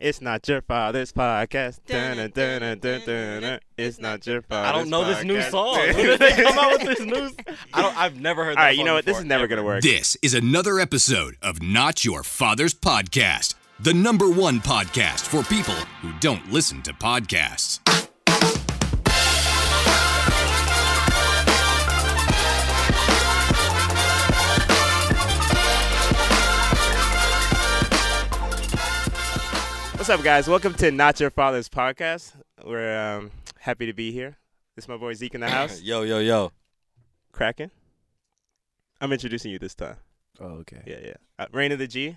It's not your father's podcast. Dun, dun, dun, dun, dun, dun, dun. It's not your father's I don't know this new podcast. song. When did they come out with this new? I don't. I've never heard. That All right, you song know what? This before, is never ever. going to work. This is another episode of Not Your Father's Podcast, the number one podcast for people who don't listen to podcasts. What's up, guys? Welcome to Not Your Father's Podcast. We're um, happy to be here. This is my boy Zeke in the house. Yo, yo, yo. Kraken. I'm introducing you this time. Oh, okay. Yeah, yeah. Uh, Rain of the G.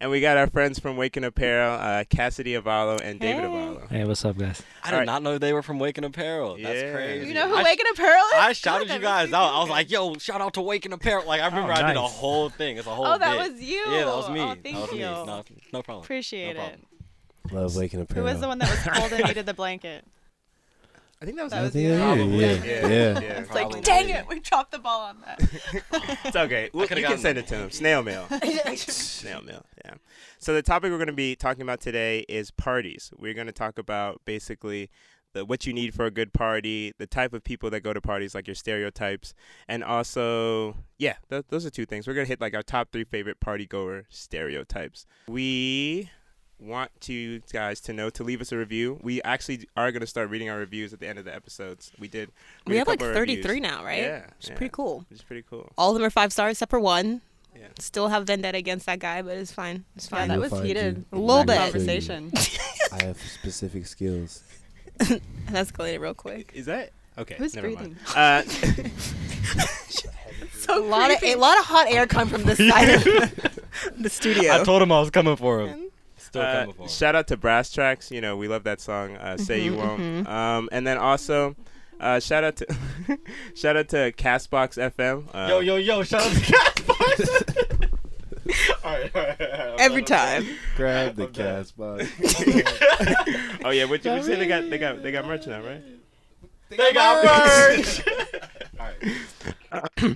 And we got our friends from Waking Apparel, uh, Cassidy Avalo and David Hey. Avalo. Hey, what's up, guys? I All did right. not know they were from Waking Apparel. That's Yeah. crazy. You You know who I, Waking Apparel is? I God, shouted that you makes guys me out. I was feel like, yo, shout out to Waking Apparel. Oh, Like I remember I did a nice. whole thing. It's a whole good. oh, that bit. was you. Yeah, that was me. Oh, that thank was you. me. No, no problem. Appreciate No it. problem. Love waking up. Who was the one that was cold and needed the blanket? I think that was That I was think you. that was you, Probably. yeah. Yeah. Yeah. It's like, Probably. dang it, we dropped the ball on that. It's okay. Well, coulda you can gotten send them. it to them. Snail mail. Snail mail. Yeah. So the topic we're going to be talking about today is parties. We're going to talk about basically the, what you need for a good party, the type of people that go to parties, like your stereotypes, and also, yeah, th- those are two things. We're going to hit like our top three favorite party goer stereotypes. We want you guys to know to leave us a review. We actually are going to start reading our reviews at the end of the episodes. We did. We read a have like couple of 33 reviews. now, right? Yeah, It's yeah. pretty cool. Which is pretty cool. All of them are five stars except for one. Yeah. Still have vendetta against that guy, but it's fine. It's yeah, fine. that will was find heated. you. A little I bit. will show you. Conversation. I have specific skills. And escalated real quick. Is that okay? Who's never breathing? Mind. Uh, So a lot of a lot of hot air come from this side of the studio. I told him I was coming for him. Still uh, coming for him. shout out to Brass Tracks. You know, we love that song. Uh, Say Mm-hmm, you won't. Um, and then also, uh, shout out to shout out to Castbox FM. Uh, Yo, yo, yo. Shout out to Castbox. all right, all right, all right. Every time. Grab the cast box. Oh yeah, what you you say? They got they got they got merch now, right? They got merch. all right.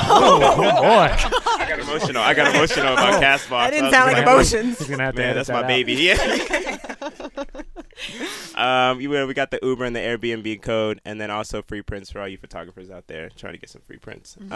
Oh, boy. I got emotional. I got emotional about Castbox. Oh. That didn't was sound like like, emotions. He's going to have to Man, edit that's that my out. baby. Yeah. um, you know, we got the Uber and the Airbnb code, and then also free prints for all you photographers out there trying to get some free prints. Mm-hmm.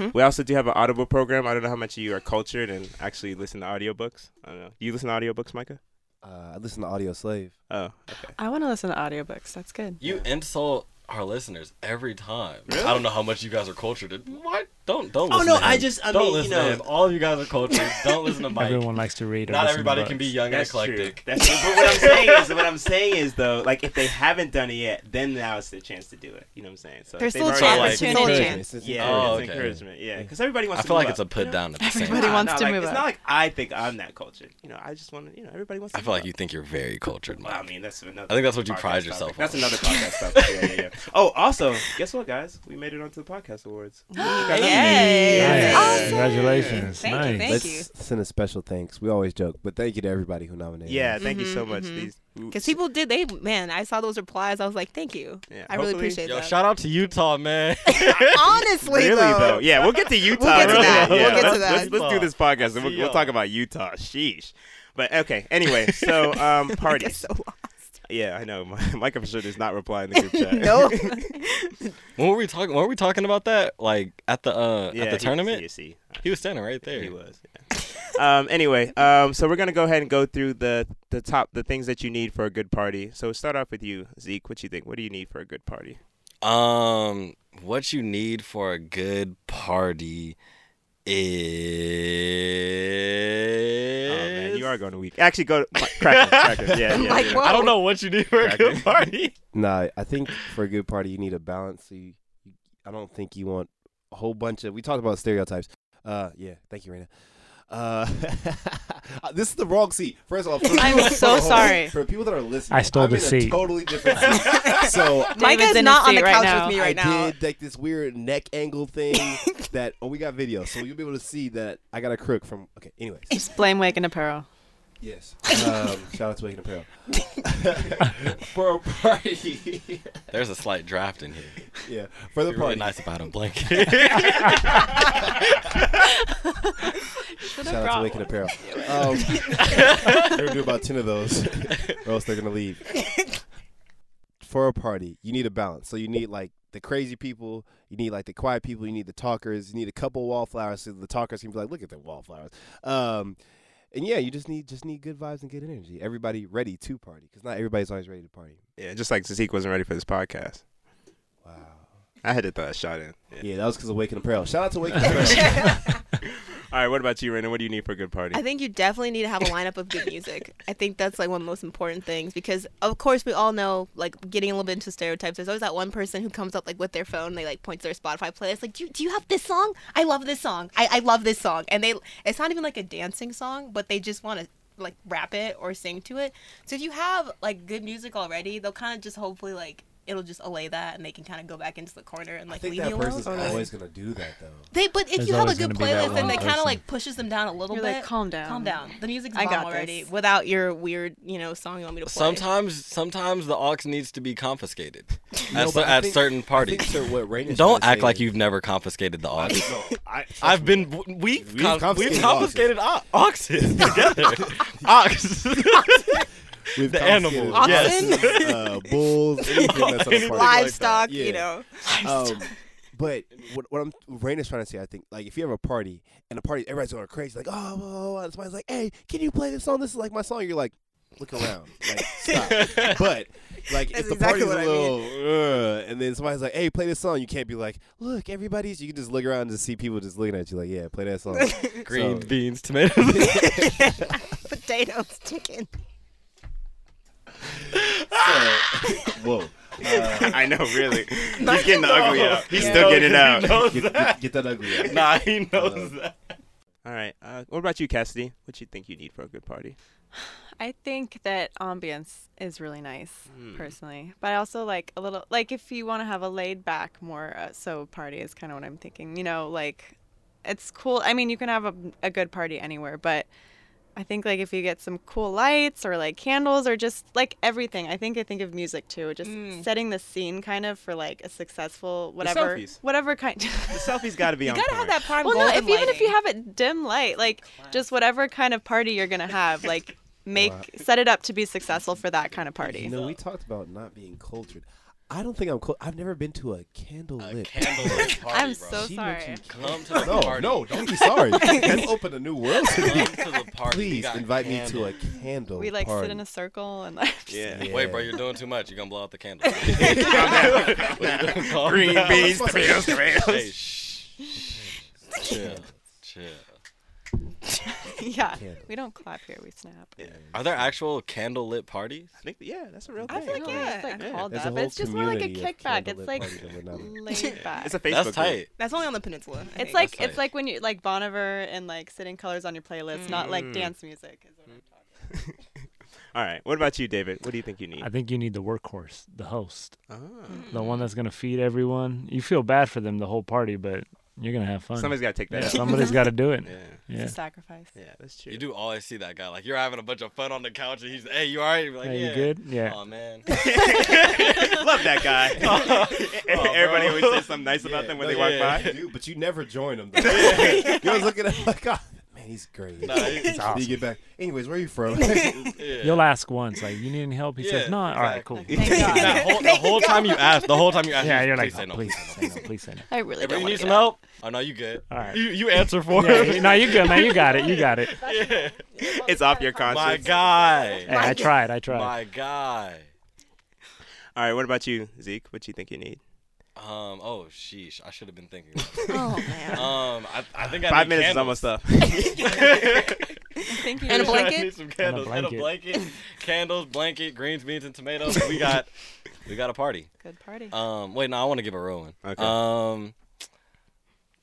Um, We also do have an Audible program. I don't know how much you are cultured and actually listen to audiobooks. I don't know. You listen to audiobooks, Micah? Uh, I listen to Audio Slave. Oh, I want to listen to audiobooks. That's good. You insult our listeners every time. I don't know how much you guys are cultured. What? Don't don't. Oh, listen no, to him. I just- I don't mean, you listen know- to him. All you guys are cultured. don't listen to Mike. Everyone likes to read. or Not listen to everybody can books. be young and eclectic. That's true. But what I'm saying is, what I'm saying is though, like if they haven't done it yet, then now is the chance to do it. You know what I'm saying? So There's they've still a already, chance. like- There's still a Encouragement. chance. It's just Yeah, Oh, encouragement. it's okay. encouragement. Yeah, because everybody wants. I to feel move like it's a up, you put know? down at the same Everybody time. Nah, wants nah, to like, move It's up. not like I think I'm that cultured. You know, I just want to. You know, everybody wants. To I feel move like up. you think you're very cultured, Well, I Mike. mean, that's another. I think that's what you podcast pride topic. yourself on. That's another podcast topic. Yeah, yeah, yeah. Oh, also, guess what, guys? We made it onto the podcast awards. Nice. Yes. Awesome. Congratulations. Thank you, nice. thank Let's you. send a special thanks. We always joke, but thank you to everybody who nominated. Yeah, us. thank you so much. mhm. These ooh, Because people did, they, man, I saw those replies. I was like, thank you. Yeah, I really hopefully- appreciate Yo, that. shout out to Utah, man. Honestly, Really though. though, yeah, we'll get to Utah. get to really. that. We'll Yeah, get to let's, that. Let's, let's do this podcast and we'll, we'll talk about Utah. Sheesh. But okay, anyway, so um, I get parties. so lost. Yeah, I know. Mi- Micah for sure does not reply in the group chat. no. when were we talking? When were we talking about that? Like at the uh, yeah, at the he- tournament, You see, he was standing right there. He was. Yeah. um. Anyway. Um. So we're gonna go ahead and go through the the top the things that you need for a good party. So start off with you, Zeke. What you think? What do you need for a good party? Um, what you need for a good party Oh, is. Oh man, you are going to week. Actually, go to crackers. crackers. Yeah. yeah, Like, yeah. what? I don't know what you need for a Cracking. good party. Nah, I think for a good party you need a balance. So you, you, I don't think you want a whole bunch of. We talked about stereotypes. Uh, yeah. Thank you, Raina. Uh, this is the wrong seat. First of all, for I'm people- so hold on. Oh, sorry. for people that are listening. I stole I'm the in a seat. totally different seat. so Micah David's is in not his on the seat right couch now. with me I right now. did like this weird neck angle thing that oh we got video, so you'll be able to see that I got a crook from okay. Anyways, Just blame Waking Apparel. yes. Um, shout out to Waking Apparel for a party. There's a slight draft in here. yeah, for the Be really party. nice about him, blanket. Should have Shout out to brought Wicked one. Apparel. Um, we're gonna Um, do about ten of those, or else they're gonna leave. For a party, you need a balance. So you need like the crazy people, you need like the quiet people, you need the talkers, you need a couple wallflowers so the talkers can be like, look at the wallflowers. Um, and yeah, you just need just need good vibes and good energy. Everybody ready to party because not everybody's always ready to party. Yeah, just like Zeke wasn't ready for this podcast. Wow. I had to throw that shot in. Yeah. Yeah, that was because of Waking Apparel. Shout out to Waking Apparel. All right, what about you, Raina? What do you need for a good party? I think you definitely need to have a lineup of good music. I think that's like one of the most important things because, of course, we all know like getting a little bit into stereotypes. There's always that one person who comes up like with their phone, they like points to their Spotify playlist, like, do you, do you have this song? I love this song. I, I love this song, and they it's not even like a dancing song, but they just want to like rap it or sing to it. So if you have like good music already, they'll kind of just hopefully like it'll just allay that, and they can kind of go back into the corner and I like think leave that you alone. person's always gonna do that though. They, but if There's you have a always good gonna be that playlist, then one that kind person. of like pushes them down a little You're bit. like, calm down. Calm down. The music's I bomb got already. this. Without your weird, you know, song you want me to play. sometimes, sometimes the aux needs to be confiscated No, at, cer- but I at think- certain I parties. think, sir, what Raina's Don't trying to act say like is- you've never confiscated the aux. I, I've been w- we've We've con- confiscated we've confiscated o- oxes together. Ox. We've The confiscated animals, oxen, yes. uh, bulls, anything that's on a Anything farm. like livestock, Yeah. you know. Um, but what, what I'm Raina's trying to say, I think, like if you have a party and the party everybody's going crazy, like oh, blah, blah, blah, and somebody's like, hey, can you play this song? This is like my song. You're like, look around, like stop. but like That's if the exactly party's what I a little, uh, and then somebody's like, hey, play this song. You can't be like, look, everybody's. You can just look around and just see people just looking at you, like, yeah, play that song. Green So- beans, tomatoes. Potatoes, chicken. Whoa. I know, really. He's getting the ugly out. He's still getting it out. Get, get, get that ugly out. Nah, he knows that. All right. Uh, what about you, Cassidy? What you think you need for a good party? I think that ambience is really nice, Hmm. personally. But I also like a little, like if you want to have a laid back, more uh, so party is kind of what I'm thinking. You know, like it's cool. I mean, you can have a, a good party anywhere, but I think like if you get some cool lights or like candles or just like everything. I think I think of music too, just Hmm. setting the scene kind of for like a successful whatever, selfies. whatever kind. The selfie's got to be You on gotta have point. that prime well, no, golden if, even if you lighting. have it dim light, like just whatever kind of party you're gonna have, like make set it up to be successful for that kind of party. You know, we talked about not being cultured. I don't think I'm. Cul- I've never been to a candle lit. Candlelit party, I'm bro. so She sorry. mentioned Come to the no, party. no, don't be sorry. That's opened a new world to me. Come to the party. We Please got invite me to candles. a candle. We like party. sit in a circle and like Yeah. Yeah. Wait, bro, you're doing too much. You're gonna blow out the candle. Green beans, tomatoes, Hey, tomatoes. shh. Chill. Chill. yeah. Candle. We don't clap here, we snap. Are there actual candlelit parties? I think, yeah, that's a real I thing. forget. It's like Yeah. called There's a that, but whole it's just more like a community of kickback. It's candlelit like parties that we're not- laid back. It's a Facebook That's group. tight. That's only on the peninsula. I It's think. like That's it's tight. like when you like Boniver and like sitting colors on your playlist, not like dance music. Is what I'm talking about. All right. What about you, David? What do you think you need? I think you need the workhorse, the host, Ah. the one that's gonna feed everyone. You feel bad for them the whole party, but you're gonna have fun. Somebody's got to take Yeah, that. out. somebody's got to do it. Yeah. Yeah. It's a sacrifice. Yeah, that's true. You do always see that guy. Like you're having a bunch of fun on the couch, and he's hey, you alright? You're Like Hey, yeah. you good? Yeah. Oh man. Love that guy. Everybody Oh, bro. always says something nice about Yeah, them when no, they walk yeah, by. You do, but you never join them. Though. You're always looking at him like, oh, man, he's great. Nah, it's- Then you get back. Anyways, where are you from? yeah. You'll ask once, like, you need any help? He says, Yeah, no. All right, cool. Thank God. That whole, the whole time you ask, the whole time you ask, Yeah, you- you're like, please "Oh, say no. please, say say no, please say no. I no." really Hey, don't bro, you want to need do some that. help? Oh no, you good. All right. You you answer for Yeah, it. no, you good, man. You got it. You got it. It's off your conscience. My Hey, guy. I tried. I tried. My guy. All right. What about you, Zeke? What you think you need? Um. Oh, sheesh. I should have been thinking. about that. Oh man. Um. I, I think I Five need minutes candles. is almost up. Thank you. And I a blanket? need some candles and a blanket. blanket, candles, blanket, greens, beans, and tomatoes. We got, we got a party. Good party. Um, wait, no, I want to give a real one. Okay. Um,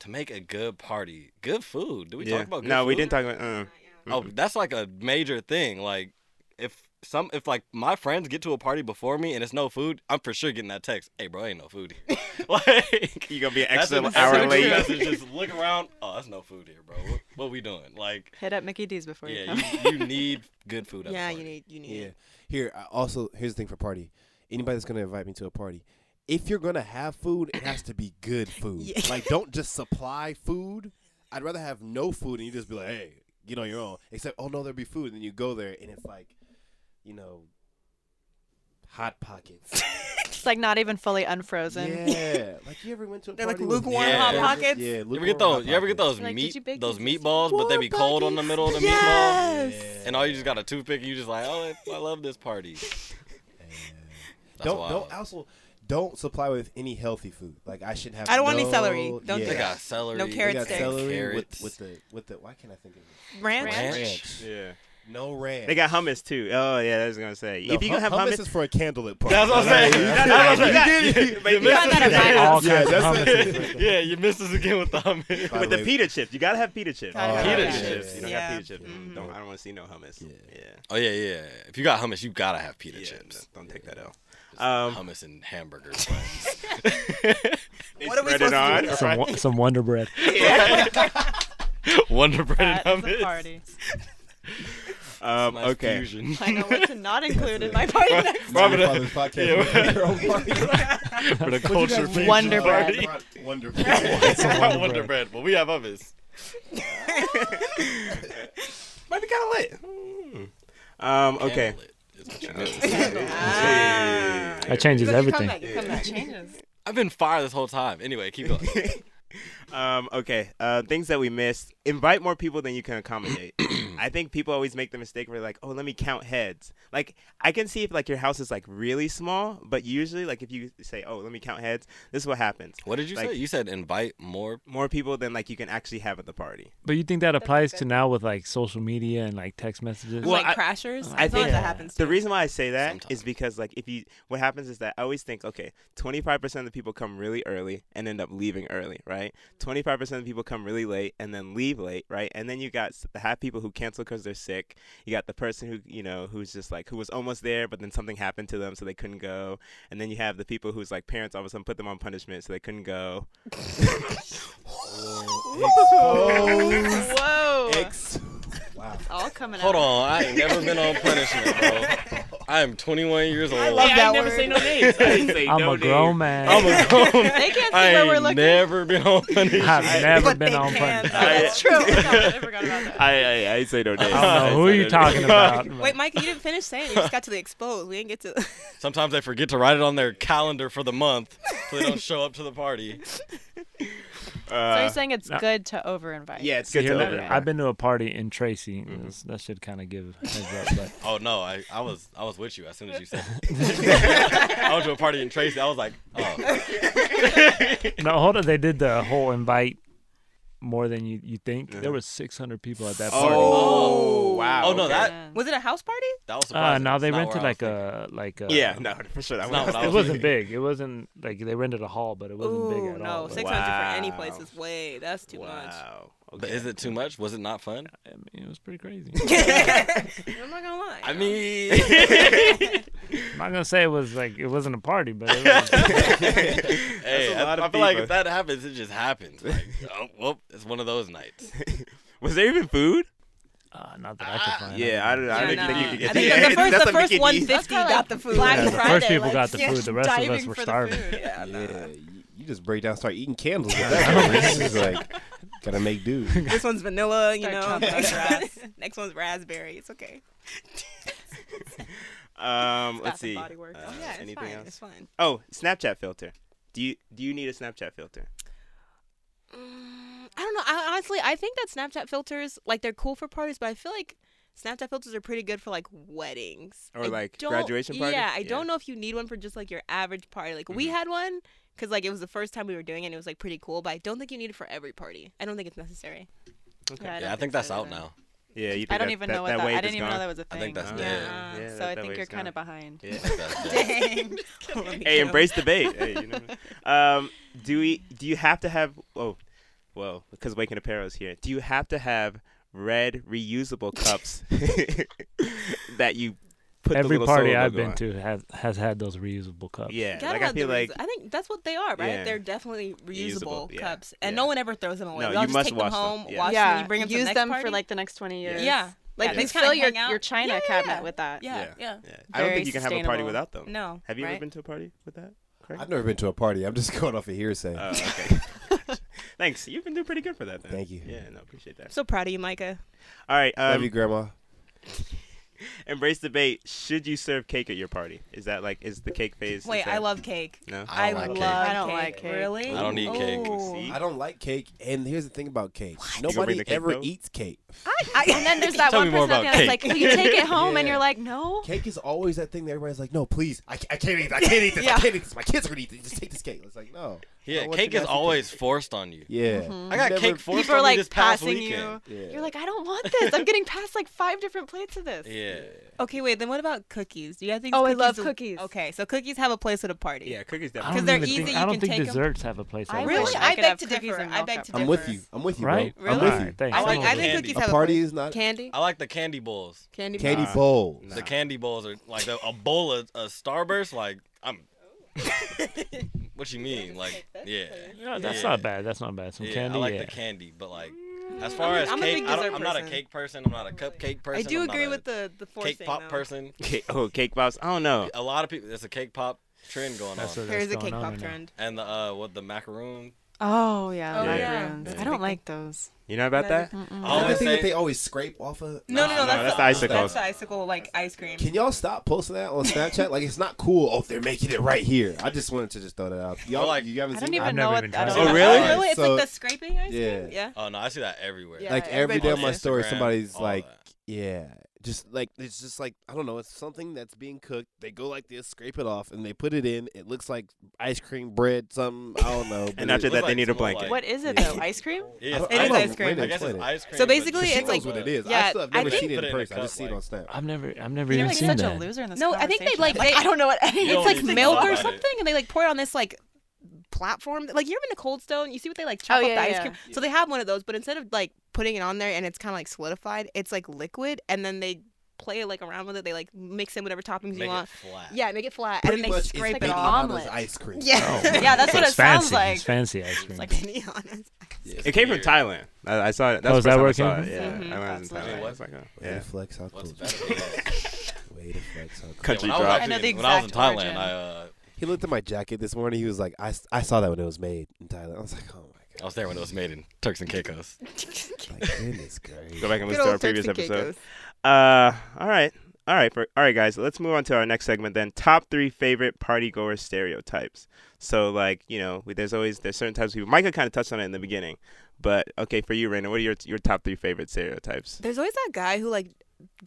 to make a good party, good food. Did we yeah. talk about? Good no, we food? didn't talk about. Uh, Oh, that's like a major thing. Like, if some, if like my friends get to a party before me and it's no food, I'm for sure getting that text. Hey, bro, ain't no food here. like, you gonna be an that's extra an- that's hour an extra late. message. Just look around. Oh, that's no food here, bro. What, what we doing? Like, Hit up Mickey D's before you yeah, come. you, you need good food. At Yeah, the party. you need you need. Yeah. Here, I also here's the thing for party. Anybody that's gonna invite me to a party, if you're gonna have food, it has to be good food. Yeah. Like, don't just supply food. I'd rather have no food and you just be like, hey, get on your own. Except, oh no, there'll be food, and then you go there and it's like, you know, hot pockets. It's like not even fully unfrozen. yeah, like you ever went to a They're like party with- lukewarm Yeah. Hot Pockets? Yeah, lukewarm You ever get Hot those? You ever get Pockets. those Like, did you meat? bake Those these meatballs, but they be Warm cold on the middle of the meatball. Yes. And all you just got a toothpick. You just like, oh, I love this party. That's don't wild. don't also don't supply with any healthy food. Like I should have. I don't want no, any celery. Don't do yeah. They that. got celery. No they They carrot got sticks. celery with, Carrots. with the with the why can't I think of it? Ranch. Ranch. Yeah. No ranch. They got hummus too. Oh yeah, I was gonna say. No, if you gonna hum- have hummus, hummus, is for a candlelit party. That's what I'm saying. That's That's what I'm right. saying. You You- did it. you You missed got us that again. All Yeah, kinds that's of hummus. Yeah, you missed us again with the hummus. By with the the way- pita chips, you gotta have pita chips. Gotta have pita pita chips. chips. You don't Yeah. have pita chips. Mhm. Don't. I don't want to see no hummus. Yeah. Oh yeah, yeah. If you got hummus, you gotta have pita Yeah, chips. Don't take that out. Just Um, hummus and hamburgers. friends. What are we supposed on, Some, right? wo- some Wonder Bread. Wonder bread That and is a hummus. party. Um, Nice okay. fusion. I know what to not include in my party next. Robin, Your father's podcast. Yeah, Yeah, your own party. for the culture fusion Wonder bread. party. Wonderful. It's That's not Wonder bread. bread, but we have hummus. Might be kind of late. Um, okay. Candlelit is what you do. That changes everything. I've been fire this whole time. Anyway, keep going. Um, okay. Uh, things that we missed. Invite more people than you can accommodate. I think people always make the mistake where like, oh, let me count heads. Like I can see if like your house is like really small, but usually like if you say, oh, let me count heads, this is what happens. What did you Like- say? You said invite more. More people than like you can actually have at the party. But you think that applies to now with like social media and like text messages? Well, like I- crashers. I I think- think that happens. The too. reason why I say that is Sometimes. because like if you what happens is that I always think okay, 25% of the people come really early and end up leaving early, right? 25% of the people come really late and then leave late, right? And then you got s- the half people who cancel cuz they're sick. You got the person who, you know, who's just like who was almost there but then something happened to them so they couldn't go. And then you have the people whose like parents all of a sudden put them on punishment so they couldn't go. Whoa! Wow. All coming Hold out. on, I ain't never been on punishment, bro. I am 21 years old. Love that word. I'm a grown man. I'm a grown. They can't see I where we're ain't looking. never been on punishment. I've never But been they on can. punishment. though. That's true. I forgot about that. I, I I say no Uh, names. I don't know who you talking about. but- Wait, Mike, you didn't finish saying. it. You just got to the exposed. We didn't get to. Sometimes they forget to write it on their calendar for the month, so they don't show up to the party. So Uh, you're saying it's no. good to overinvite? yeah, it's You good hear to that? over. it. I've been to a party in Tracy. Mm-hmm. That's- That should kind of give a heads up. But Oh no, I, I was I was with you as soon as you said. It. I went to a party in Tracy. I was like, oh, No, hold on. They did the whole invite more than you you think. There was 600 people at that party. Oh, wow. oh no, okay. that Was it a house party? that was uh, surprising. no, they It's not rented where I was like a like a Yeah, no, for sure. That It's not was what I It was wasn't thinking. big. It wasn't like they rented a hall, but it wasn't big Ooh, at all. no, but- six hundred for any Wow. place is way. That's too much. Wow. But is it too much? Was it not fun? I mean, it was pretty crazy. I'm not gonna lie. I mean, I'm not gonna say it was like it wasn't a party, but it was, hey, a I, lot of I feel like people. if that happens, it just happens. Like, oh, well, it's one of those nights. Was there even food? uh, not that I could find. Yeah, I don't. I Yeah, didn't think nah. you could get I think the- the first, That's the a first Mickey one D. fifty kinda got like the food. Black Yeah, the Friday, first people like, got the yeah, food. The rest of us diving were for the starving. food. Yeah, no. Yeah, you, you just break down, start eating candles. With that. this is like, gotta make do. This one's vanilla, you Start know. chomping on grass. Next one's raspberry. It's okay. Um, let's Bath and see. Body Works. Uh, oh yeah, it's anything fine. else? It's fine. Oh, Snapchat filter. Do you do you need a Snapchat filter? Mm, I don't know. I, honestly, I think that Snapchat filters like they're cool for parties, but I feel like Snapchat filters are pretty good for like weddings Or, I like, don't- graduation parties? Yeah, I Yeah. Mm-hmm. don't know if you need one for just like your average party. Like we had one because like it was the first time we were doing it. and It was like pretty cool, but I don't think you need it for every party. I don't think it's necessary. Yeah, I, yeah, I think that's so out either. now. Yeah, you. Think I don't that- even that, know what that that. wave I is didn't even know gone? that was a thing. I think that's thing. dead. Yeah. Uh, Yeah, so that- that I think way you're it's kind of gone. behind. Yeah. Dang. hey, embrace debate. Hey, you know. Um, do we? Do you have to have? Oh, well, because Waking Apparel is here. Do you have to have red reusable cups that you put the Every little party solo I've logo been on? to has has had those reusable cups. Yeah, Gotta like I have the feel like reuse- I think that's what they are, right? Yeah. They're definitely reusable, Reusable, yeah, cups, and yeah. no one ever throws them away. No, we all you just must take wash them them, home, yeah. wash them, you bring them to the Use next them party. for like the next 20 years. yeah, like Like they they just kinda fill your hang out. your china Yeah, cabinet yeah, with that. Yeah, Yeah. yeah. Yeah. I don't Very think you can have a party sustainable. without them. No, Have you ever right? been to a party with that? correct? I've never been to a party. I'm just going off of hearsay. Oh, okay. Gotcha. Thanks. You've been doing pretty good for that. Then. Thank you. Yeah, no, appreciate that. so proud of you, Micah. All right. Love Um, you, Grandma. embrace debate. Should you serve cake at your party? Is that like is the cake phase? is Wait, I that- love cake. No. I, love like cake. cake. I don't like cake. Really? I don't eat cake. Oh. See? I don't like cake, and here's the thing about cake. You gonna bring Nobody the cake, ever though? Ah. eats cake. I, and then there's that Tell one me more person out about there that's like, cake. "Will you take it home?" And Yeah. you're like, "No." Cake is always that thing that everybody's like, no, please, I, ca- I can't eat this. I can't eat this. Yeah. I can't eat this. My kids are gonna eat this. Just take this cake. It's like no. I Yeah, don't want cake your is nasty always forced on you. Yeah. Mm-hmm. I got Never- cake forced People on are me like this past passing weekend. you. You're like, "I don't want this. I'm getting past like five different plates of this." Yeah. Okay, wait. Then what about cookies? Do you guys think? Oh, I love will- cookies. Okay, so cookies have a place at a party. Yeah, cookies I definitely. don't 'Cause they're even easy, think, you I don't can think take 'em. desserts have a place. I at Really? wish all. I I could beg have to cookies differ. and I milk beg after to I'm differ. with you. I'm with you, Right? bro. I'm Really? with you. Alright, thanks. I I'm like. with I you. think Candy. cookies A have party a is not place. candy. I like the candy bowls. Candy. candy Nah. bowl. Nah. The candy bowls are like the, a bowl of a Starburst. Like I'm. what you mean? Like yeah. Yeah, that's Yeah. not bad. That's not bad. Some yeah, candy. I like yeah. the candy, but like as far as Mm, I'm a cake, big I don't, dessert I'm not a person. cake person. I'm not a cupcake I person. do I'm not agree a with the the forcing. cake pop though. person. Cake, oh, cake pops. I don't know. A lot of people. There's a cake pop trend going That's on. what- There's a going cake on pop right now. trend. And the uh, what the macaroon? Oh yeah, Oh, the yeah. macaroons. Yeah. I don't like those. You know about that? I Is that the always thing that say they always scrape off of? No, no, no. no, that's That's, the, the icicle. That's the icicle like ice cream. Can y'all stop posting that on Snapchat? like it's not cool. Oh, they're making it right here. I just wanted to just throw that out. Y'all Well, like- you haven't I seen don't it? I've even never know what. even I don't tried it. even Oh, really? know. Really? It's So- like the scraping ice Yeah. cream. Yeah. Oh no, I see that everywhere. Yeah. like every day everybody on my does. story, Instagram, somebody's all like, that. yeah, just like it's just like I don't know, it's something that's being cooked. They go like this, scrape it off, and they put it in. It looks like ice cream bread, something I don't know. but And after it, that, looks they like need a some little, blanket. like- What is it Yeah. though? Ice cream? Yeah, it's I- I ice don't cream. know when I they guess put it's it. ice cream. So but basically, she it's knows like- what it is. yeah, I still have I never think- seen it Put it in in a person. I cup, just see it on like- Snap. I've never, I've never You're even like seen such that. a loser in this No, I think they like conversation. they. I don't know what any You it's don't like even milk think or about it. something, and they like pour it on this like platform. Like you ever been to Cold Stone? You see what they like chop Oh, up yeah, the ice yeah. cream. So they have one of those, but instead of like putting it on there and it's kind of like solidified, it's like liquid, and then they play like around with it. They like mix in whatever toppings Make you want. it flat. Yeah, make it flat, Pretty and then they much, scrape it's it Baby off. Mama's omelet. ice cream. Yeah, Yeah, that's So what Oh. it's it sounds fancy. like. It's fancy ice cream. like to be honest. It came from Weird. Thailand. I, I saw it. That Oh, was is the that first time I where saw it. it Yeah, I went in Absolutely. Thailand. I was like, oh, Way yeah. to flex how What's cool. better than that? Way to flex how cool. Yeah, Country when I was drop. I know actually- the when I was in exact Thailand, origin. I uh, He looked at my jacket this morning. He was like, I, s- I saw that when it was made in Thailand. I was like, oh my I was there when it was made in Turks and Caicos. god, like, goodness gracious. Go back and listen Good to old our previous Turks and episode. Uh, all right, all right, for, all right, guys. Let's move on to our next segment then. Top three favorite party goer stereotypes. So like you know, we- there's always there's certain types of people. Micah kind of touched on it in the beginning, but okay, for you, Raina, what are your your top three favorite stereotypes? There's always that guy who like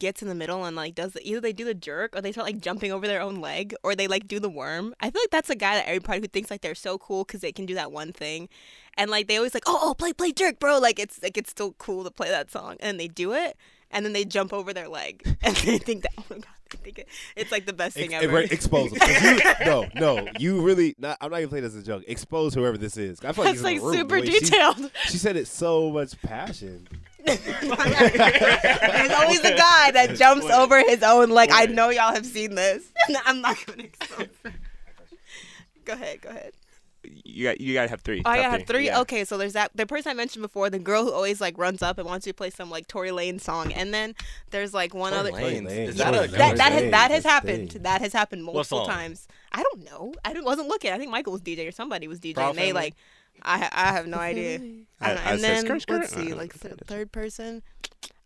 gets in the middle and like does the, either they do the jerk or they start like jumping over their own leg or they like do the worm. I feel like that's a guy that everybody who thinks like they're so cool because they can do that one thing, and like they always like oh oh play play jerk bro like it's like it's still cool to play that song and they do it and then they jump over their leg and they think that oh my god they think it, it's like the best thing Ex- ever. right, expose him. 'Cause you- no, no, you really. Not, I'm not even playing this as a joke. Expose whoever this is. I feel like That's he's in like the room, super the way she- detailed. She, said it so much passion. There's always the guy that jumps over his own leg. I know y'all have seen this. I'm not gonna expose. it. go ahead, go ahead. You got you gotta have three. Oh, I top have three. Yeah. Okay, so there's that the person I mentioned before, the girl who always like runs up and wants you to play some like Tory Lane song, and then there's like one other. Lane. Lane. Is that a That that has, Lane, that has that's happened. thing. That has happened multiple song? times. I don't know. I didn't, wasn't looking. I think Michael was DJ or somebody was DJ. Proud and they family? like, I I have no I- idea. I don't know. I said, And then "Skirt, skirt." I let's see, don't like know. th- third person.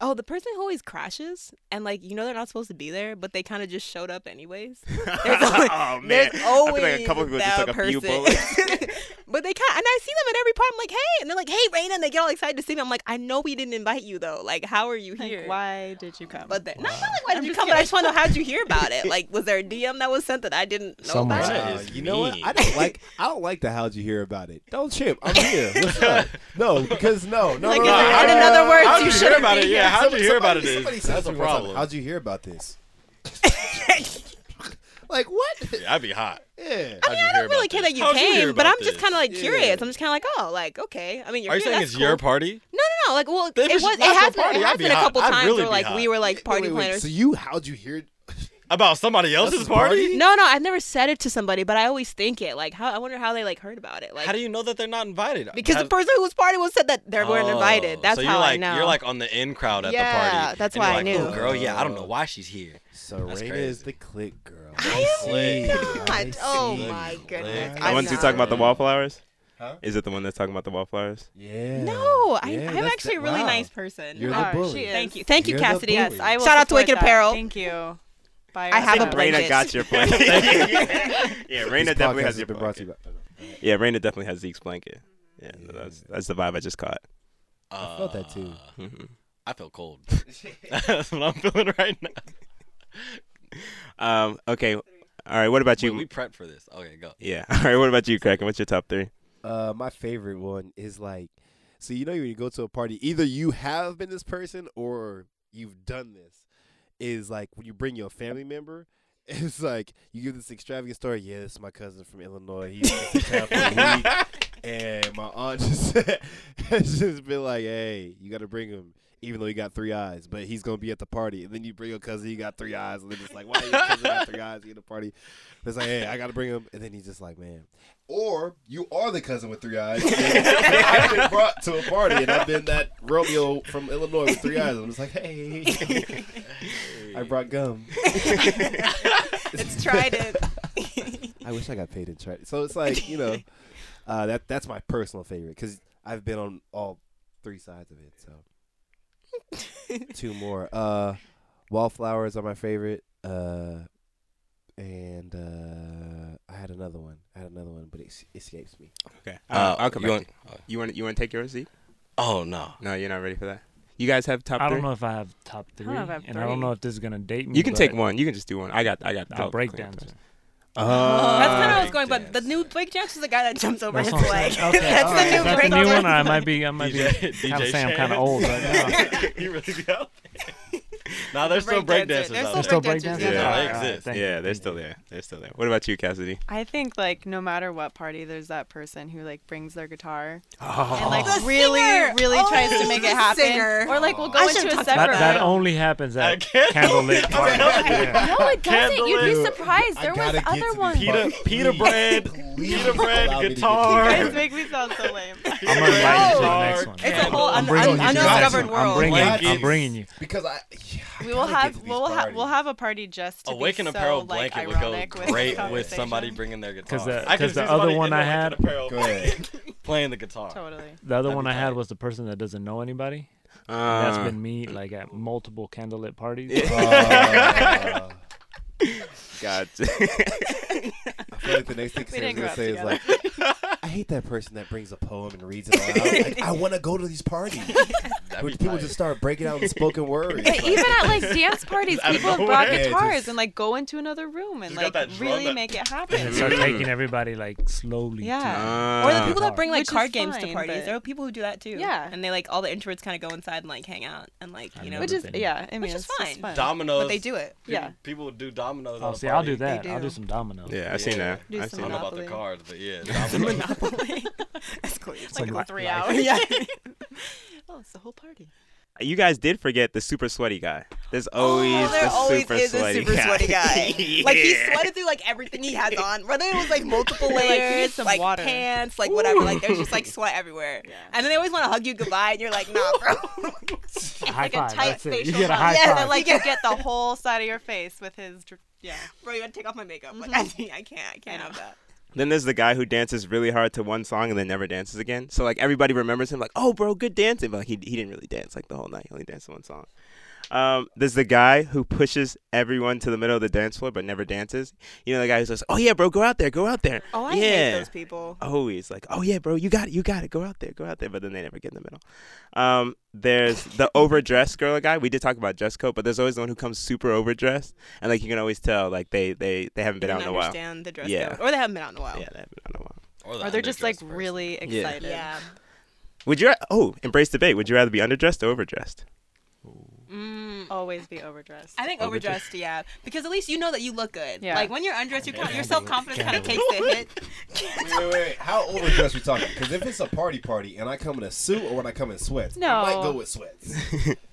Oh, the person who always crashes and like you know they're not supposed to be there, but they kind of just showed up anyways. There's always, oh man, there's I always feel like a couple people just that took a few person. bullets. but they kind of, and I see them at every part. I'm like, hey, and they're like, hey, Raina, and they get all excited to see me. I'm like, I know we didn't invite you though. Like, how are you here? Like, why did you come? But they not, not like why did you come? But I just want to know how'd you hear about it? Like, was there a DM that was sent that I didn't know Someone about? said- Wow, is Uh, you know what? mean. I don't like. I don't like the how'd you hear about it. Don't chip. I'm here. What's up? No, because no, no, Like, no, is there- no, no, in no, no, another no, words, no, How'd you you shouldn't hear about be it? here. Yeah, how'd you hear about it? somebody- Somebody is? said That's to a me one time, problem. How'd you hear about this? like what? Yeah, I'd be hot. Yeah. How'd you I hear don't really about care this? that you How'd came, hear but about I'm just this? kind of like Yeah. curious. I'm just kind of like, oh, like okay. I mean, you're Are you here, saying that's it's your cool. party? No, no, no. Like, well, Then if it it's was. just It bachelor has been. party, It I'd has be been a hot. couple I'd times really where be like we hot. were like party Wait, wait, wait, planners. So you how'd you hear? About somebody else's Else's party? No, no, I've never said it to somebody, but I always think it. Like, how I wonder how they like heard about it. Like, How do you know that they're not invited? because How- the person who was partying was said that they weren't Oh, invited. That's so you're how like, I know. You're like on the in crowd at the Yeah, party. that's and you're why I like, "Ooh, knew." girl, yeah, I don't know why she's here. Serena crazy. is the click girl. see. I Not. Oh see. my goodness. The I'm ones who not. talking about the wallflowers? Huh? Is it the one that's talking about the wallflowers? Yeah. No, I, Yeah, I'm that's- actually a really wow. nice person. You're the Uh, Alright, bully. she is. Thank you. Thank you, You're the Cassidy. bully. Yes, I will Shout out to support Wicked that. Apparel. Thank you. Buy I have a yourself. blanket. Raina got your blanket. yeah, This Raina definitely podcast has your been brought to blanket. you by. Yeah, Raina definitely has Zeke's blanket. Yeah, no, that's that's the vibe I just caught. Mm-hmm. I felt that too. Uh, I feel cold. That's what I'm feeling right now. Um, okay, all right. What about you? Dude, we prepped for this. Okay, go. yeah, all right. What about you, Kraken? What's your top three? Uh, my favorite one is like, so you know when you go to a party, either you have been this person or you've done this. Is like when you bring your family member. It's like you give this extravagant story. Yeah, this is my cousin from Illinois. He's been in town for a week, and my aunt just has just been like, "Hey, you got to bring him, even though he got three eyes, but he's gonna be at the party." And then you bring your cousin, he got three eyes, and then it's like, "Why your cousin got three eyes? He at the party?" It's like, "Hey, I got to bring him," and then he's just like, "Man." Or you are the cousin with three eyes. and I've been brought to a party, and I've been that Romeo from Illinois with three eyes. I'm just like, "Hey, I brought gum." It's Trident. I wish I got paid in charge. So it's like you know, uh, that that's my personal favorite because I've been on all three sides of it. So two more. Uh, wallflowers are my favorite. Uh, and uh, I had another one. I had another one, but it es- escapes me. Okay, Uh, uh, I'll come you back. to want- You want you want to take yours, Zeke? Oh no. No, you're not ready for that. You guys have top I three. don't know if I have top three, don't know if I have and I don't three. know if this is gonna date me. You can take but one. You can just do one. I got I got. I'll break down. to it. That's kind of what I was going, but the new Blake Jackson's the guy that jumps over That's his what I'm leg. saying. Okay, That's all right. the new Is that Blake the new one. Jackson. I might be. I might be. Kind of saying I'm kind of old right now. he really be out there. Nah, there's still break break dancers. dancers There's out still there. There's still break breakdancers. dancers. Yeah, All they right, all right, exist. thank you, Yeah, they're thank still you. there. They're still there. What about you, Cassidy? I think like no matter what party, there's that person who like brings their guitar Oh, and like The really, singer! really Oh, tries to make the it happen. singer. Or like we'll go I into should've a talked That, separate that room. only happens I at can't- candlelit parties. Yeah. No, it doesn't. Candle You'd be it. surprised. There was other ones. You Pita- pita bread, pita bread, guitar. guys make me sound so lame. I'm gonna invite you to the No. next one. It's a whole I'm un- bringing un- you to the undiscovered next one. world. I'm bringing, I'm Blankets. bringing you. Because I, We will have we'll have we'll have a party just to A wake be and so, apparel like, blanket would go ironic great with, the with somebody conversation. bringing their guitar. 'Cause the- I could 'cause the see somebody other in one their I Lincoln had- apparel Go ahead. playing the guitar. Totally. The other That'd one be I had tight. was the person that doesn't know anybody. That's uh, been me, like at multiple candlelit parties. Uh, God. I feel like the next thing We Sam's didn't gonna say grow is up like, I hate that person that brings a poem and reads it aloud. Like, I want to go to these parties. That'd Where be people tight. just start breaking out in spoken words. But even at like dance parties, Out of people have nowhere. brought Yeah, guitars just- and like go into another room and Just got like that drum really that- make it And happen. start taking everybody like slowly. Yeah. Or the Uh, people that bring like Which is card games to fine, parties. but- There are people who do that too. Yeah. And they like all the introverts kind of go inside and like hang out and like you know. Which is Everything. yeah, I mean Which is it's just fine. fun. dominoes. but they do it. People, Yeah. People do dominoes. To. Oh, at a see, I'll do party. that. They I'll do do. some dominoes. yeah, I've seen Yeah. that. Do I've some seen I don't know that. about the Monopoly. cards, but yeah. It's a dominoes. monopoly. That's cool. It's like like li- three life. hours. Yeah. Oh, it's the whole party. You guys did forget the super sweaty guy. There's always Oh, there the always super is a sweaty super guy. sweaty guy. Like he Yeah. sweated through like everything he has on, whether it was like multiple Like, you need layers, some like, water. pants, like whatever. Like there's just like sweat everywhere. And then they always want to hug you goodbye, and you're like, nah, bro. A high Like a five. tight That's it. You facial get a hug. high Yeah, five. they're And like you get the whole side of your face with his dr- yeah. bro, you gotta take off my makeup. Like I, can't- I can't, Mm-hmm. I can't have that. Then there's the guy who dances really hard to one song and then never dances again. So like everybody remembers him like, oh bro, good dancing, but like, he he didn't really dance like the whole night. He only danced one song. Um, there's the guy who pushes everyone to the middle of the dance floor but never dances. You know the guy who's like, oh yeah, bro, go out there, go out there. Oh, I yeah. hate those people. Always like, oh yeah, bro, you got it, you got it, go out there, go out there. But then they never get in the middle. Um, there's the overdressed girl guy. We did talk about dress code, but there's always the one who comes super overdressed, and like you can always tell like they they they haven't been out in a while. Yeah, understand the dress Yeah. code, or they haven't been out in a while. they haven't been out in a while. Or, the Or they're just like underdressed person. really excited. Yeah. Would you? ra- Oh, embrace debate. Would you rather be underdressed or overdressed? Mm, Always be overdressed. I think overdressed, yeah, because at least you know that you look good. Yeah. Like when you're undressed, you're kind your self confidence kind of takes a hit. Wait, wait, wait. How overdressed we talking? Because if it's a party party and I come in a suit or when I come in sweats, I might No. go with sweats.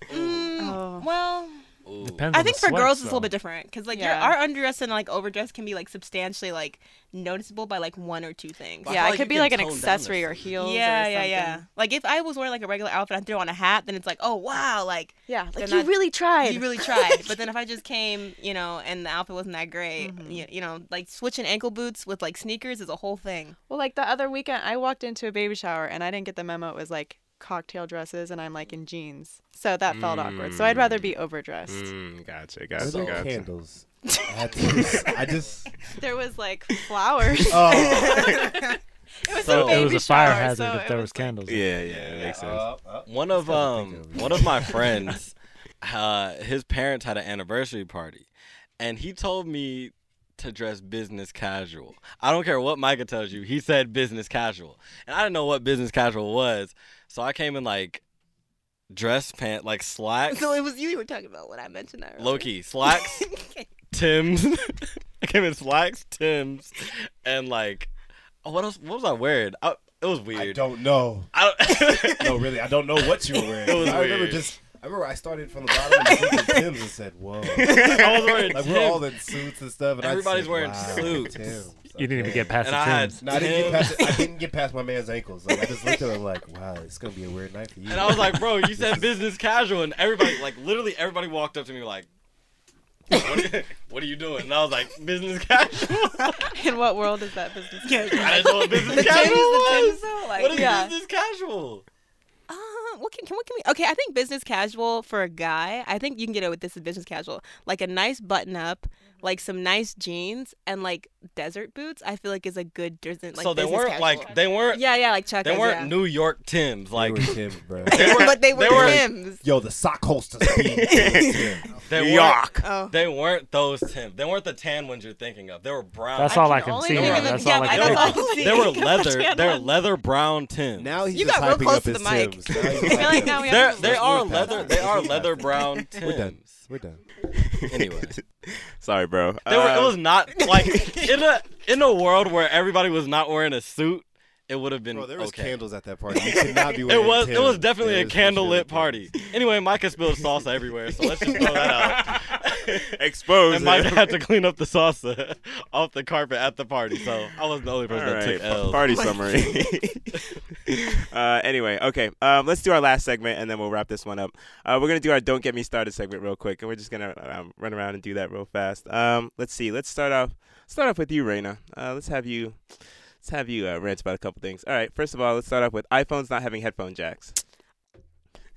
Mm, Oh. Well, Ooh. Depends. I on the think for sweats, girls it's a little though. bit different because like your, Yeah. our underdress and like overdress can be like substantially like noticeable by like one or two things. But I feel yeah, like it could you be can like an tone down the accessory or suit. heels. yeah, or yeah, yeah. something. Like if I was wearing like a regular outfit and threw on a hat, then it's like, oh wow, like yeah. They're Like you not- really tried. you really tried. but then if I just came, you know, and the outfit wasn't that great, you, you know, like switching ankle boots with like sneakers is a whole thing. Well, like the other weekend, I walked into a baby shower and I didn't get the memo. It was like cocktail dresses, and I'm like in jeans, so that felt awkward. So I'd rather be overdressed. Mm, gotcha, Are gotcha, there gotcha. candles? at this? I just. There was like flowers. Oh. It was So- a It baby It was a fire shower, hazard so if there it was candles. in it. Yeah, yeah, it makes sense. Uh, uh, One of gotta um think of it. one of my friends, uh, his parents had an anniversary party, and he told me to dress business casual. I don't care what Micah tells you. He said business casual, and I didn't know what business casual was, so I came in like dress pant, like slacks, So it was you who were talking about when I mentioned that. low key slacks, Tim's. I came in slacks, Tim's, and like, oh, what else? What was I wearing? I, it was I weird. don't know. I don't- No, really, I don't know what you were wearing. It was I remember weird. just. I remember I started from the bottom and went to Tim's and said, "Whoa!" I was wearing Like Tim's. we're all in suits and stuff, and I Everybody's said, wearing wow, suits. Tim's, You didn't even okay. get past and the I had Tim's. No, I didn't get Tim. past. I didn't get past my man's ankles. Like, I just looked at him like, "Wow, it's gonna be a weird night for you." And I was like, bro, you said business casual, and everybody, like, literally everybody walked up to me like, what are, what are you doing? And I was like, business casual. was- In what world is that business? I didn't know what business casual was. What is yeah. business casual? Uh, what can, can what can we? Okay, I think business casual for a guy. I think you can get it with this is business casual, like a nice button up, like some nice jeans, and like desert boots. I feel like is a good desert. Like so they business weren't casual. like they weren't Yeah, yeah, like Chuck. they weren't New York Tims They like were Tim's, bro. but they were they were- Tim's. Yo, the sock holsters. Tim. they weren't Yuck. Oh. they weren't those Tims. They weren't the tan ones you're thinking of. They were brown. That's all I can can only see. think now. of the- That's yeah, all I I- can that's see. all I can They were Think of the leather. tan They're ones. leather brown Tims. Now he's You just got real hyping close up to his the mic. Tim's. I feel like now we they're have to- they are Let's move past leather. that. They are Let's move leather past brown Tims. We're done. We're done. Anyway. Sorry, bro. They were, Uh, it was not like in a in a world where everybody was not wearing a suit, it would have been Bro, there was okay. candles at that party. You could not be It wearing was it was Tim's. definitely There a was for candle sure lit party. Anyway, Micah spilled salsa everywhere, so let's just throw that out. exposed. and Micah him. had to clean up the salsa off the carpet at the party, so I was the only All person that right, took pa- L's. party summary. uh, anyway, okay, um, let's do our last segment and then we'll wrap this one up. Uh, we're gonna do our "Don't Get Me Started" segment real quick, and we're just gonna um, run around and do that real fast. Um, let's see. Let's start off. Start off with you, Raina. Uh, let's have you. Let's have you uh, rant about a couple things. All right. First of all, let's start off with iPhones not having headphone jacks.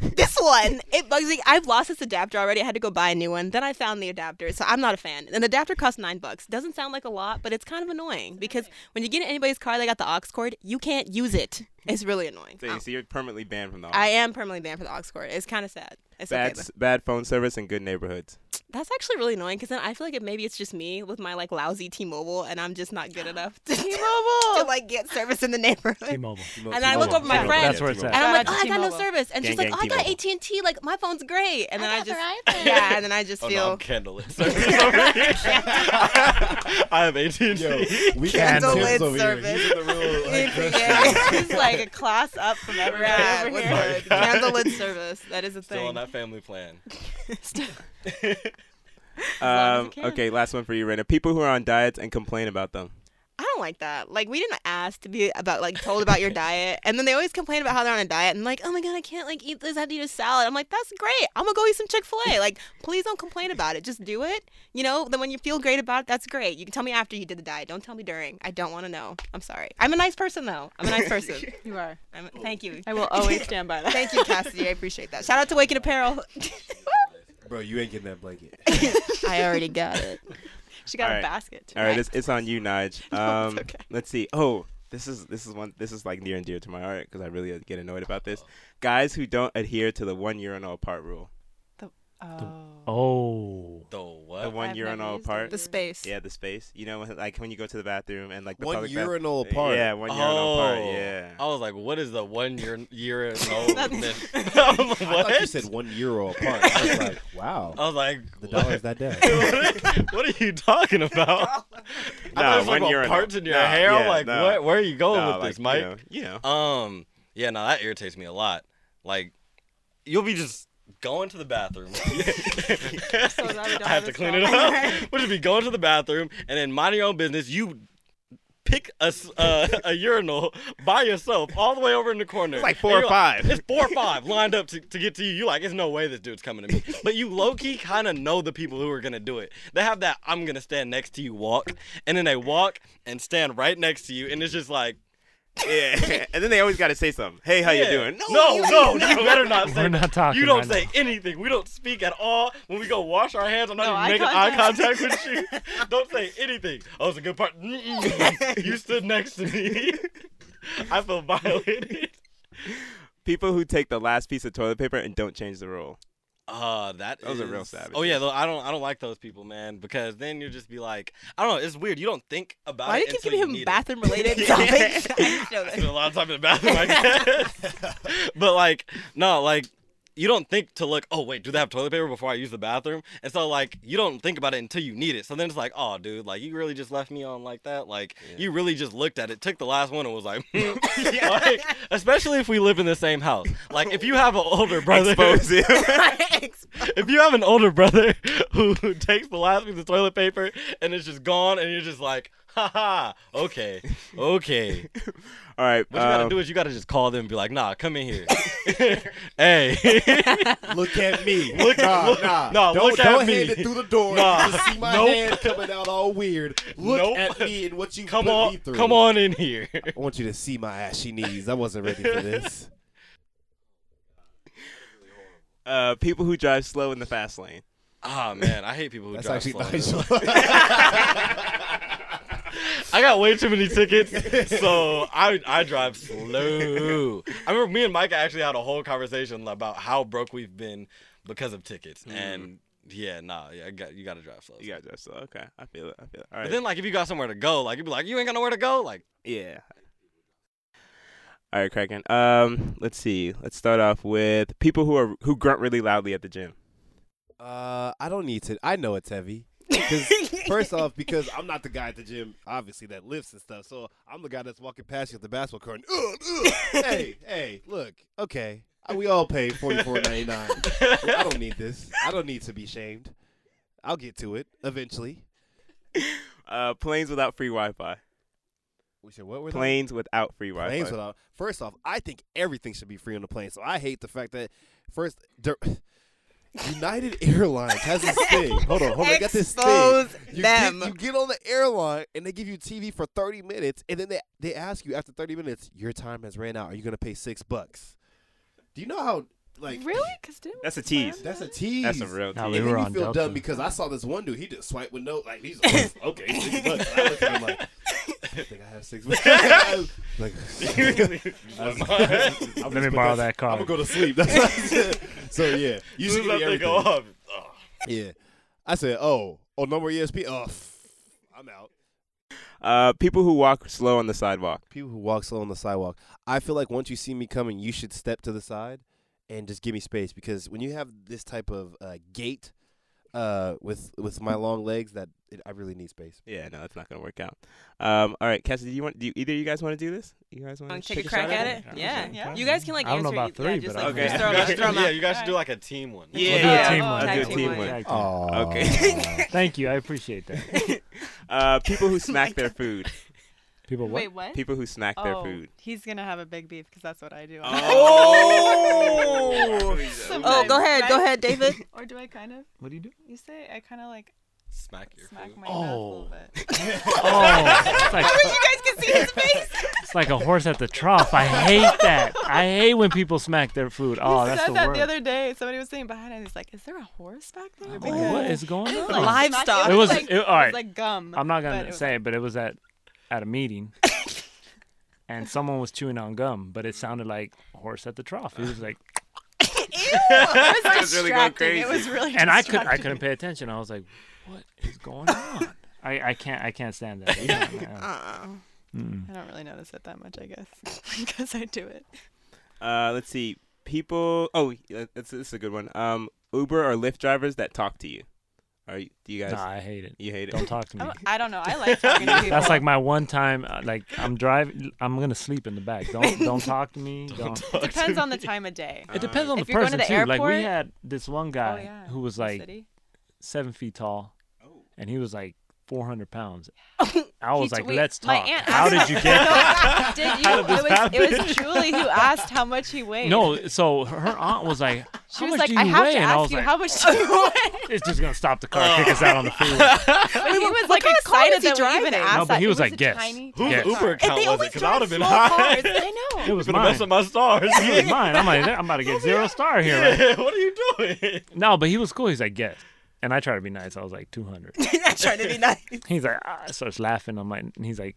This one, it bugs me. I've lost this adapter already. I had to go buy a new one. Then I found the adapter, so I'm not a fan. An adapter costs nine bucks. Doesn't sound like a lot, but it's kind of annoying because when you get in anybody's car, they got the aux cord. You can't use it. It's really annoying. So, Oh. you- so you're permanently banned from the. I am permanently banned for the aux cord. It's kind of sad. It's okay, Bad, though. s- bad phone service in good neighborhoods. That's actually really annoying because then I feel like it, maybe it's just me with my like lousy T-Mobile, and I'm just not good enough to, to like get service in the neighborhood. T-Mobile. And I look over my T-Mobile. friend. That's where it's at. And I'm like, Shout oh, out I to got no T-Mobile. service. And she's Gang, like, gang, oh, I got AT T-Mobile. and T. Like my phone's great. And then I, just, Verizon. yeah. And then I just Oh no, feel I'm candle lit service over here. I have AT&T. Yo, we got Candle Tim's lit over here. service. He's in the real, like, dress shirt. yeah, It's like a class up from everyone rad. over What's here. good? Candle lit service. That is a Still on thing. that family plan. long as Um, it can. okay, last one for you, Raina. People who are on diets and complain about them. I don't like that. Like we didn't ask to be about like told about your diet, and then they always complain about how they're on a diet and like, oh my god, I can't like eat this. I have to eat a salad. I'm like, that's great. I'm gonna go eat some Chick Fil A. Like, please don't complain about it. Just do it. You know. Then when you feel great about it, that's great. You can tell me after you did the diet. Don't tell me during. I don't want to know. I'm sorry. I'm a nice person though. I'm a nice person. You are. I'm, thank you. I will always stand by that. Thank you, Cassidy. I appreciate that. Shout out to Waking Apparel. Bro, you ain't getting that blanket. I already got it. She got All right. a basket. Too. All right, it's, it's on you, Nige. Um, okay. Let's see. Oh, this is this is one. This is like near and dear to my heart because I really uh, get annoyed about this. Guys who don't adhere to the one urinal apart rule. Oh. Oh. The The what? one I've never urinal used apart. it. The space. Yeah, the space. You know, when- like when you go to the bathroom and like the One public bath- urinal apart. Yeah, one urinal apart. Yeah. Oh. I was like, what is the one year year and old? Nothing. myth? I'm like, I thought you what? said one euro apart. I was like, wow. I was like, The what? dollar's that down. what are you talking about? I thought No, you were one talking about urinal. parts in your No, hair. I'm yeah, like, no. what? Where are you going No, with like, this, Mike? You know, you know. Um, yeah, no, that irritates me a lot. Like, you'll be just going to the bathroom. So glad we don't I have have to this clean it problem. up. Would just be going to the bathroom and then minding your own business. You pick a, s- uh, a urinal by yourself all the way over in the corner. It's like four And or you're like- five. it's four or five lined up to, to get to you. You like, it's no way this dude's coming to me. But you low key kind of know the people who are gonna do it. They have that I'm gonna stand next to you walk, and then they walk and stand right next to you, and it's just like. yeah. And then they always got to say something. Hey, how you Yeah. doing? No, no, no, you better not say. We're not that. talking You don't right say now. anything. We don't speak at all. When we go wash our hands, I'm not No even eye making eye contact. contact with you. don't say anything. Oh, it's a good part. Mm-mm. you stood next to me. I feel violated. People who take the last piece of toilet paper and don't change the rule. Uh, that Those are real is- savages. Oh yeah, though I don't, I don't like those people, man, because then you'll just be like, I don't know, it's weird. You don't think about Why it. do you keep until giving need him it. bathroom related Yeah. topics? I didn't know I that. spend a lot of time in the bathroom, I guess. but like, no, like you don't think to look. Oh wait, do they have toilet paper before I use the bathroom? And so like you don't think about it until you need it. So then it's like, oh dude, like you really just left me on like that. Like you really just looked at it, took the last one, and was like, hmm. like especially if we live in the same house. Like if you have an older brother, Expose you. if you have an older brother who takes the last piece of toilet paper and it's just gone, and you're just like. Ha ha. Okay. Okay. All right. What you gotta um, do is you gotta just call them and be like, nah, come in here. hey. Look at me. Look- nah, look- nah. nah, don't, look at don't me. hand it through the door. Nah. You see my Nope. hand coming out all weird. Look Nope. at me and what you come put me on through. come on in here. I want you to see my ashy knees. I wasn't ready for this. uh, people who drive slow in the fast lane. Ah man, I hate people who That's drive actually slow. Nigel. I got way too many tickets, so I I drive slow. I remember me and Micah actually had a whole conversation about how broke we've been because of tickets. Mm. And yeah, nah, yeah, I got, you gotta drive slow. You gotta drive slow. Okay, I feel it. I feel it. All But right. then like if you got somewhere to go, like you'd be like, you ain't got nowhere to go. Like yeah. All right, Kraken. Um, let's see. Let's start off with people who are who grunt really loudly at the gym. Uh, I don't need to. I know it's heavy. 'Cause first off, because I'm not the guy at the gym, obviously that lifts and stuff. So I'm the guy that's walking past you at the basketball court. and, Ugh, ugh. hey, hey, look, okay, Uh, we all pay forty four ninety nine. I don't need this. I don't need to be shamed. I'll get to it eventually. Uh, planes without free Wi-Fi. We said what were they? Planes without free Wi-Fi. planes without. First off, I think everything should be free on the plane. So I hate the fact that first. Der- United Airlines has this thing. Hold on, hold on. I got this thing. Expose You them. Get, you get on the airline and they give you TV for 30 minutes, and then they, they ask you after 30 minutes, your time has ran out. Are you going to pay six bucks? Do you know how, like, Really? Because didn't we That's a plan tease. that's a that? tease. That's a real Nah, tease. we It were made me on feel dope, dumb too. because I saw this one dude. He just swiped with no, like he's like, okay, six bucks. I looked at him like, I think I have six bucks. I was like, I'm Let me just put borrow that I'm card. gonna go to sleep. That's what I said. so yeah, you as should soon as give me that thing go everything. off, oh. Yeah, I said, oh, oh, no more ESP. Oh, f- I'm out. Uh, people who walk slow on the sidewalk. people who walk slow on the sidewalk. I feel like once you see me coming, you should step to the side and just give me space because when you have this type of uh, gait uh, with with my long legs, that it, I really need space. Yeah, no, that's not gonna work out. Um, all right, Cassie, do you want? Do you, either of you guys want to do this? You guys want Want to to take a crack at it? Yeah. Yeah. You guys can like I don't know answer. about you- yeah, three, just, but like, I'll just do throw it. 'em out, just throw 'em yeah, out. you guys should do like a team one. We'll Yeah. do a team Oh, one. tag I'll do a team one. Tag team. Oh, Okay. Thank you. I appreciate that. Uh, people who snack their food. People, what? Wait, what? People who snack their oh, food. he's gonna have a big beef because that's what I do. Oh! Oh, go ahead, go Right? ahead, David. Or do I kind of? What do you do? You say I kind of like Smack your smack food. my mouth a little bit. Oh, it's like, you guys can see his face. it's like a horse at the trough. I hate that. I hate when people smack their food. Oh, he that's said the that worst. the other day. Somebody was sitting behind us. He's like, "Is there a horse back there?" Oh, what is going It's on? like Livestock. smack- It was- like, it- all right. was like gum. I'm not but gonna it was say it, but it was at at a meeting, and someone was chewing on gum, but it sounded like a horse at the trough. It was like, That was really going distracting. It was really. and I could I couldn't pay attention. I was like, what is going on? I, I can't I can't stand that. Yeah. I don't really notice it that much, I guess, because I do it. Uh, let's see. People. Oh, yeah, that's this is a good one. Um, Uber or Lyft drivers that talk to you. Are you, do you guys? Nah, I hate it. You hate it. Don't talk to me. I'm- I don't know. I like talking to people. That's like my one time. uh, Like I'm driving. I'm gonna sleep in the back. Don't don't talk to me. Don't. It depends on the time of day. It depends on If the you're going person to too. the Like we airport- Oh, had this one guy yeah, who was the like city. seven feet tall, and he was like 400 pounds. I He was like, tweet- "Let's my talk." aunt How did asked you him- get? No, did you? did this it, was, it was Julie who asked how much he weighed. No, so her aunt was like, "How she was much like, do you I have weigh?" to and ask I was you like, how much do you weigh. "It's just gonna stop the car, kick us out on the freeway." But he was like excited is he that we even driving? asked No, but that. he It was like, a "Guess." tiny- Who- Whose Yeah. Uber And account they was always it? Because I would have drive been small high. cars. I know. It was Could have mine. messed up my stars. It was mine. I'm like, I'm about to get zero star here. right Yeah, what are you doing? No, but he was cool. He's like, yes. And I try to be nice. I was like, 200. I'm trying to be nice. He's like, ah, starts laughing. I'm like, and he's like,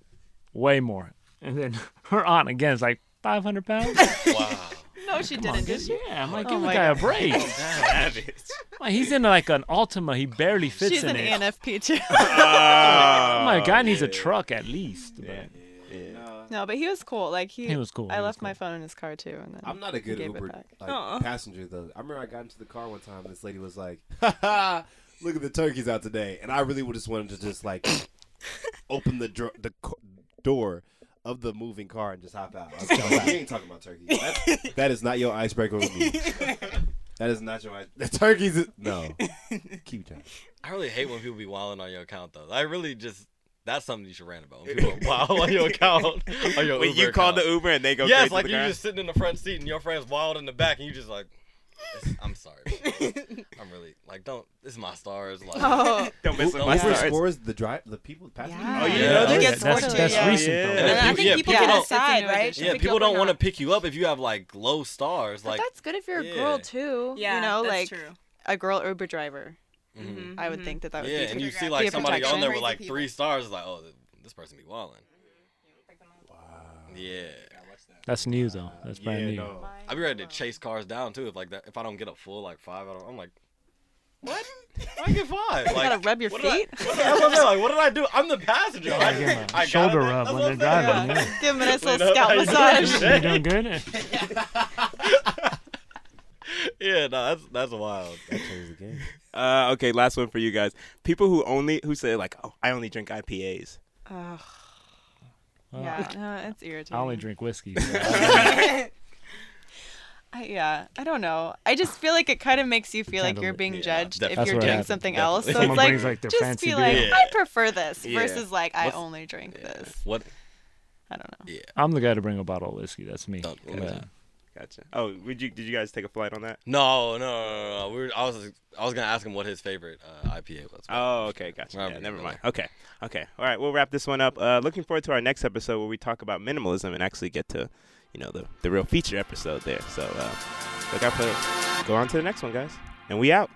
way more. And then her aunt again is like, 500 pounds? Wow. No, she didn't. Did she? yeah. I'm like, give the my guy a break. Like, he's in like an Altima. He barely fits She's in an it. Oh ENFP too. My guy needs a truck at least. but- no, but he was cool. Like he, He was cool, I he was left my cool. phone in his car too, and then I'm not a good gave it Uber back. like, passenger though. I remember I got into the car one time and this lady was like, "Ha ha, look at the turkeys out today," and I really would just wanted to just like open the dr- the co- door of the moving car and just hop out. I was kinda like, "We ain't talking about turkeys. That's, that is not your icebreaker with me. That is not your ice. The turkeys. Is- no, keep trying. I really hate when people be wilding on your account though. I really just that's something you should rant about. When people are wild on your account, on your When Uber you call account. the Uber and they go Uh, yes, crazy like with you the car? just sitting in the front seat and your friend's wild in the back, and you just like, it's- I'm sorry, I'm really like, don't. This is my stars. Like, Oh, don't mess with Uber my Uber stars. scores the drive the people passengers. Yeah. Oh, you Yeah. know Oh, this? yeah. that's, that's, Yeah. that's Yeah. recent Yeah. though. And I think yeah, people- people can Yeah. decide, right? yeah, pick people up don't or want to not. pick you up if you have like low stars. but Like, that's good if you're a yeah. girl too. you know, like a girl Uber driver. mhm. I would think that that would yeah, be. and you good. see like Yeah, somebody on mm-hmm. protection. there with Crazy like people. three stars, it's like, oh, th- this person be wilding. Mm-hmm. Yeah, That's new though. That's brand Yeah, new. no. I'd be ready to chase cars down too if like that if I don't get a full like five. I don't, I'm like, what? I get five. Like, gotta rub your what did I- feet? what did I- that's what I'm saying, like, what did I do? I'm the passenger. I, give 'em a I gotta- shoulder rub that's when what I'm they're saying. driving, yeah. Give him a nice Clean up, little how scalp you doing? massage. You doing good? Yeah, no, that's that's wild. Uh, okay, last one for you guys. People who only who say like, "Oh, I only drink IPAs." Ugh. Well, yeah, no, it's irritating. I only drink whiskey. I, yeah, I don't know. I just feel like it kind of makes you feel like Kinda you're li- being yeah, judged definitely. if That's you're what doing happened. something Definitely. else. So Someone it's like, brings, like, their just fancy be beer. like, Yeah. I prefer this Yeah. versus like, I What's- only drink this. What? I don't know. I'm the guy to bring a bottle of whiskey. That's me. Don't- Yeah. gotcha. Gotcha. Oh, did you did you guys take a flight on that? No, no, no, no, no. We were, I was I was gonna ask him what his favorite uh, IPA was. Oh, okay, gotcha. Well, Yeah, never yeah. mind. Okay, okay. All right, we'll wrap this one up. Uh, looking forward to our next episode where we talk about minimalism and actually get to, you know, the the real feature episode there. So uh, look out for. Go on to the next one, guys, and we out.